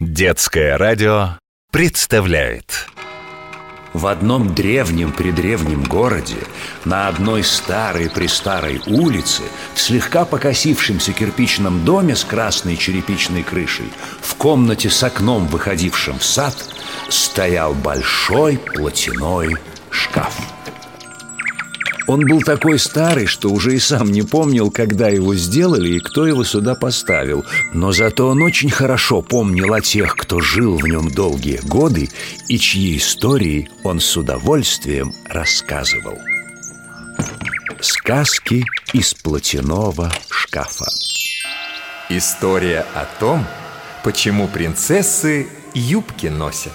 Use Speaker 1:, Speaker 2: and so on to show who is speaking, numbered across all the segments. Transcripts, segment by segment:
Speaker 1: Детское радио представляет
Speaker 2: В одном древнем-предревнем городе, на одной старой-престарой улице, в слегка покосившемся кирпичном доме с красной черепичной крышей, в комнате с окном, выходившим в сад, стоял большой платяной шкаф. Он был такой старый, что уже и сам не помнил, когда его сделали и кто его сюда поставил. Но зато он очень хорошо помнил о тех, кто жил в нем долгие годы и чьи истории он с удовольствием рассказывал. Сказки из платяного шкафа.
Speaker 3: История о том, почему принцессы юбки носят.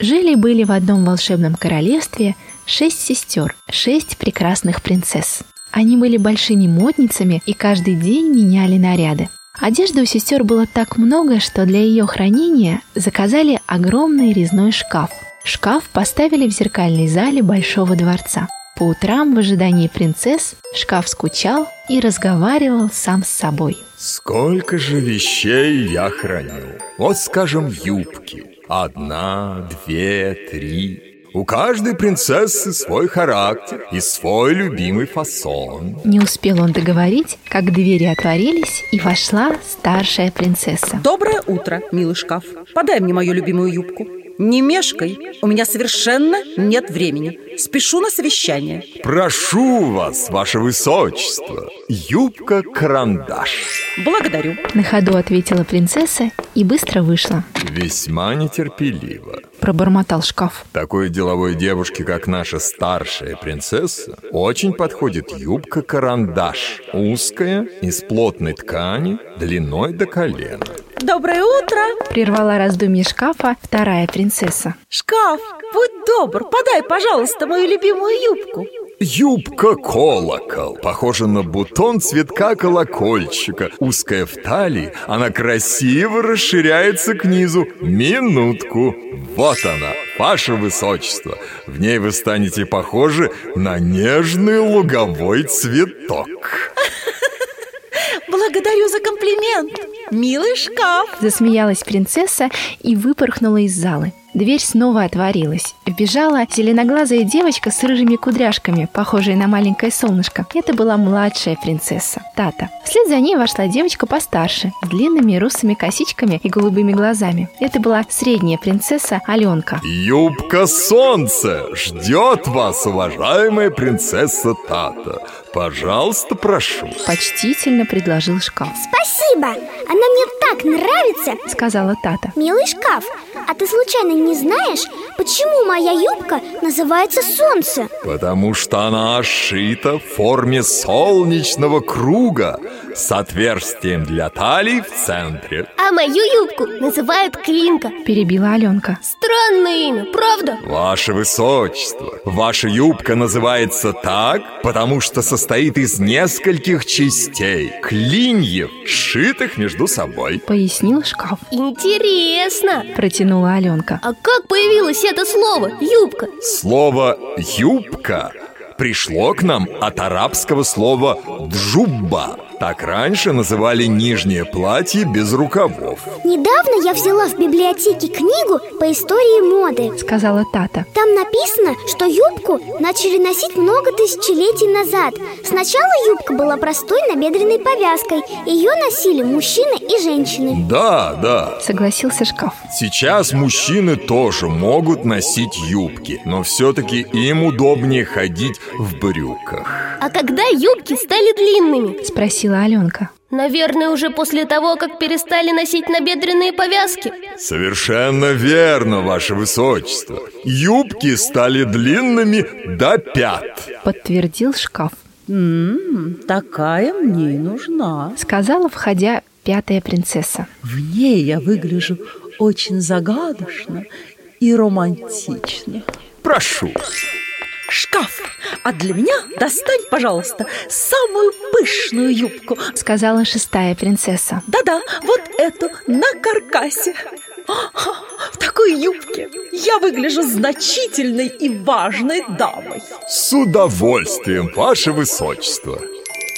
Speaker 4: Жили-были в одном волшебном королевстве шесть сестер, шесть прекрасных принцесс. Они были большими модницами и каждый день меняли наряды. Одежды у сестер было так много, что для ее хранения заказали огромный резной шкаф. Шкаф поставили в зеркальной зале большого дворца. По утрам в ожидании принцесс шкаф скучал и разговаривал сам с собой.
Speaker 3: Сколько же вещей я храню? Вот, скажем, юбки. Одна, две, три. У каждой принцессы свой характер и свой любимый фасон.
Speaker 4: Не успел он договорить, как двери отворились и вошла старшая принцесса.
Speaker 5: Доброе утро, милый шкаф. Подай мне мою любимую юбку. Не мешкай, у меня совершенно нет времени. Спешу на совещание.
Speaker 3: Прошу вас, ваше высочество, юбка-карандаш.
Speaker 5: Благодарю.
Speaker 4: На ходу ответила принцесса и быстро вышла.
Speaker 3: Весьма нетерпеливо.
Speaker 4: Пробормотал шкаф.
Speaker 3: Такой деловой девушке, как наша старшая принцесса, очень подходит юбка-карандаш. Узкая, из плотной ткани, длиной до колена.
Speaker 5: Доброе утро.
Speaker 4: Прервала раздумье шкафа вторая принцесса.
Speaker 5: Шкаф, будь добр, подай, пожалуйста, мою любимую юбку.
Speaker 3: Юбка-колокол. Похожа на бутон цветка колокольчика. Узкая в талии, она красиво расширяется к низу. Минутку. Вот она, ваше высочество. В ней вы станете похожи на нежный луговой цветок.
Speaker 5: Благодарю за комплимент. Милый шкаф.
Speaker 4: Засмеялась принцесса и выпорхнула из залы. Дверь снова отворилась. Вбежала зеленоглазая девочка с рыжими кудряшками, похожая на маленькое солнышко. Это была младшая принцесса, Тата. Вслед за ней вошла девочка постарше, с длинными русыми косичками и голубыми глазами. Это была средняя принцесса Аленка.
Speaker 3: Юбка солнца ждет вас, уважаемая принцесса Тата. Пожалуйста, прошу.
Speaker 4: Почтительно предложил шкаф,
Speaker 6: Спасибо! Она мне так нравится!
Speaker 4: сказала Тата.
Speaker 6: Милый шкаф, а ты случайно не знаешь, почему моя юбка называется солнце?
Speaker 3: Потому что она сшита в форме солнечного круга с отверстием для талии в центре.
Speaker 7: А мою юбку называют Клинка.
Speaker 4: Перебила Аленка.
Speaker 7: Странное имя, правда?
Speaker 3: Ваше высочество, ваша юбка называется так, потому что состоит из нескольких частей, клиньев, сшитых между собой.
Speaker 4: Пояснил шкаф.
Speaker 7: Интересно.
Speaker 4: Протянула Аленка.
Speaker 7: А как появилось это слово «юбка»?
Speaker 3: Слово «юбка» пришло к нам от арабского слова «джубба». Так раньше называли нижнее платье без рукавов.
Speaker 6: Недавно я взяла в библиотеке книгу по истории моды.
Speaker 4: Сказала Тата.
Speaker 6: Там написано, что юбку начали носить много тысячелетий назад. Сначала юбка была простой набедренной повязкой. Ее носили мужчины и женщины.
Speaker 3: Да, да,
Speaker 4: Согласился шкаф.
Speaker 3: Сейчас мужчины тоже могут носить юбки, но все-таки им удобнее ходить в брюках.
Speaker 7: А когда юбки стали длинными?
Speaker 4: Спросила Аленка.
Speaker 7: Наверное, уже после того, как перестали носить набедренные повязки.
Speaker 3: Совершенно верно, ваше высочество. Юбки стали длинными до пят.
Speaker 4: Подтвердил шкаф.
Speaker 5: Ммм, такая мне и нужна.
Speaker 4: Сказала, входя пятая принцесса.
Speaker 8: В ней я выгляжу очень загадочно и романтично.
Speaker 3: Прошу.
Speaker 5: Шкаф, а для меня достань, пожалуйста, самую пышную юбку.
Speaker 4: Сказала шестая принцесса.
Speaker 5: Да-да, вот эту на каркасе. А, В такой юбке я выгляжу значительной и важной дамой.
Speaker 3: С удовольствием, ваше высочество.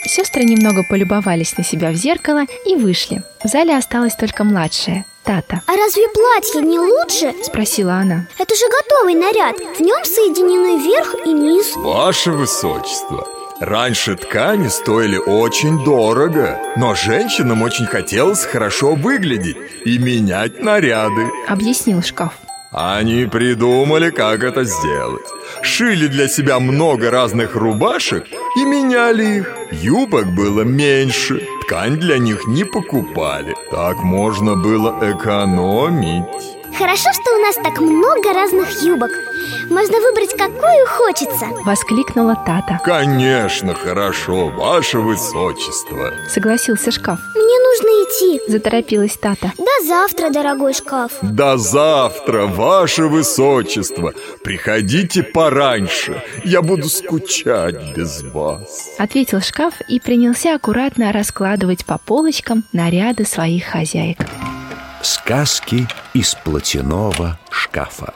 Speaker 4: Сестры немного полюбовались на себя в зеркало и вышли. В зале осталась только младшая. Тата.
Speaker 6: А разве платье не лучше?
Speaker 4: Спросила она.
Speaker 6: Это же готовый наряд. В нем соединены верх и низ.
Speaker 3: Ваше Высочество, раньше ткани стоили очень дорого, но женщинам очень хотелось хорошо выглядеть и менять наряды.
Speaker 4: Объяснил шкаф.
Speaker 3: Они придумали, как это сделать. Шили для себя много разных рубашек и меняли их. Юбок было меньше, ткань для них не покупали. Так можно было экономить.
Speaker 6: Хорошо, что у нас так много разных юбок. Можно выбрать, какую хочется.
Speaker 4: Воскликнула Тата.
Speaker 3: Конечно, хорошо, ваше высочество.
Speaker 4: Согласился шкаф.
Speaker 6: Мне нужно идти.
Speaker 4: Заторопилась Тата.
Speaker 6: До завтра, дорогой шкаф.
Speaker 3: До завтра, ваше высочество. Приходите пораньше. Я буду скучать без вас.
Speaker 4: Ответил шкаф и принялся аккуратно раскладывать по полочкам наряды своих хозяек.
Speaker 2: Сказки из платяного шкафа.